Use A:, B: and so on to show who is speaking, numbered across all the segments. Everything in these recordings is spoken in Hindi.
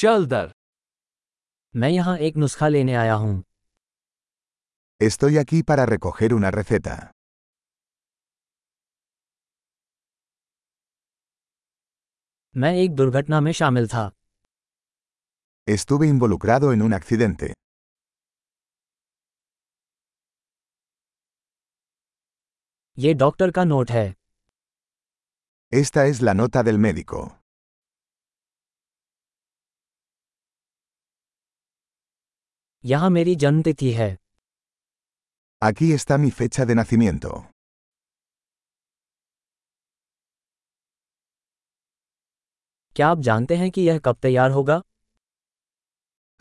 A: चल दर
B: मैं यहाँ एक नुस्खा लेने आया हूँ
C: Estoy aquí para recoger una receta.
B: मैं एक दुर्घटना में शामिल था
C: Estuve involucrado en un accidente.
B: ये डॉक्टर का नोट है
C: Esta es la nota del médico.
B: यहाँ मेरी जन्मतिथि है
C: Aquí está mi fecha de nacimiento.
B: क्या आप जानते हैं कि यह कब तैयार होगा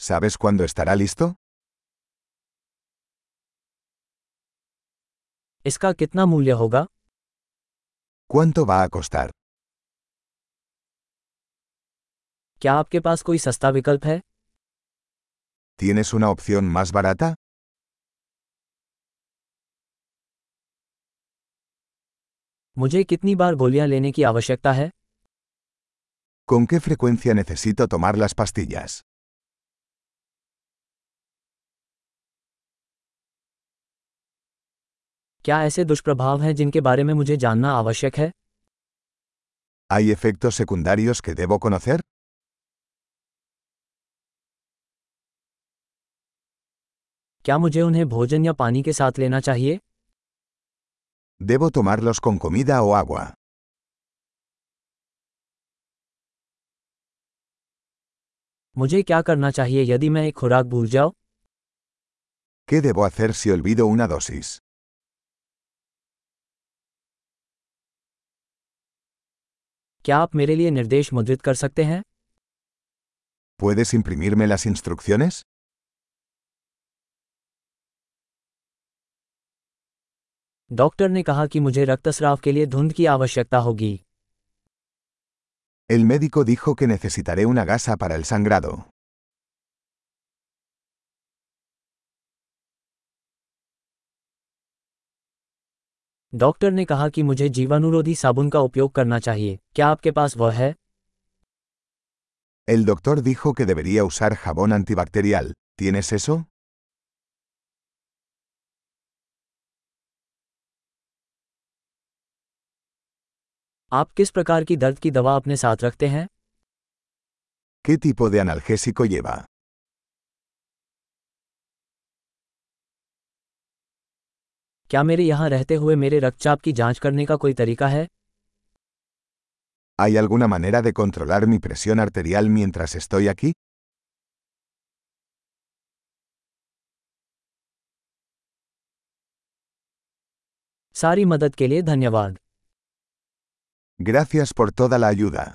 C: ¿Sabes cuándo estará listo?
B: इसका कितना मूल्य होगा
C: ¿Cuánto va a costar?
B: क्या आपके पास कोई सस्ता विकल्प है
C: ¿Tienes una opción más barata?
B: मुझे कितनी बार गोलियां लेने की आवश्यकता है
C: ¿Con qué frecuencia necesito tomar las pastillas?
B: क्या ऐसे दुष्प्रभाव हैं जिनके बारे में मुझे जानना आवश्यक है
C: ¿Hay efectos secundarios que debo conocer?
B: क्या मुझे उन्हें भोजन या पानी के साथ लेना चाहिए
C: ¿Debo tomarlos con comida o agua?
B: मुझे क्या करना चाहिए यदि मैं एक खुराक भूल जाऊं
C: ¿Qué debo hacer si olvido una dosis?
B: क्या आप मेरे लिए निर्देश मुद्रित कर सकते हैं
C: ¿Puedes imprimirme las instrucciones?
B: Doctor ने कहा कि मुझे रक्तस्राव के लिए धुंध की आवश्यकता होगी
C: El médico dijo que necesitaré una gasa para el sangrado.
B: Doctor ने कहा कि मुझे जीवाणुरोधी साबुन का उपयोग करना चाहिए क्या आपके पास वह है
C: El doctor dijo que debería usar jabón antibacterial. ¿Tienes eso?
B: आप किस प्रकार की दर्द की दवा अपने साथ रखते हैं
C: ¿Qué tipo de analgésico lleva?
B: क्या मेरे यहाँ रहते हुए मेरे रक्तचाप की जांच करने का कोई तरीका है
C: ¿Hay alguna manera de controlar mi presión arterial mientras estoy aquí?
B: सारी मदद के लिए धन्यवाद
C: Gracias por toda la ayuda.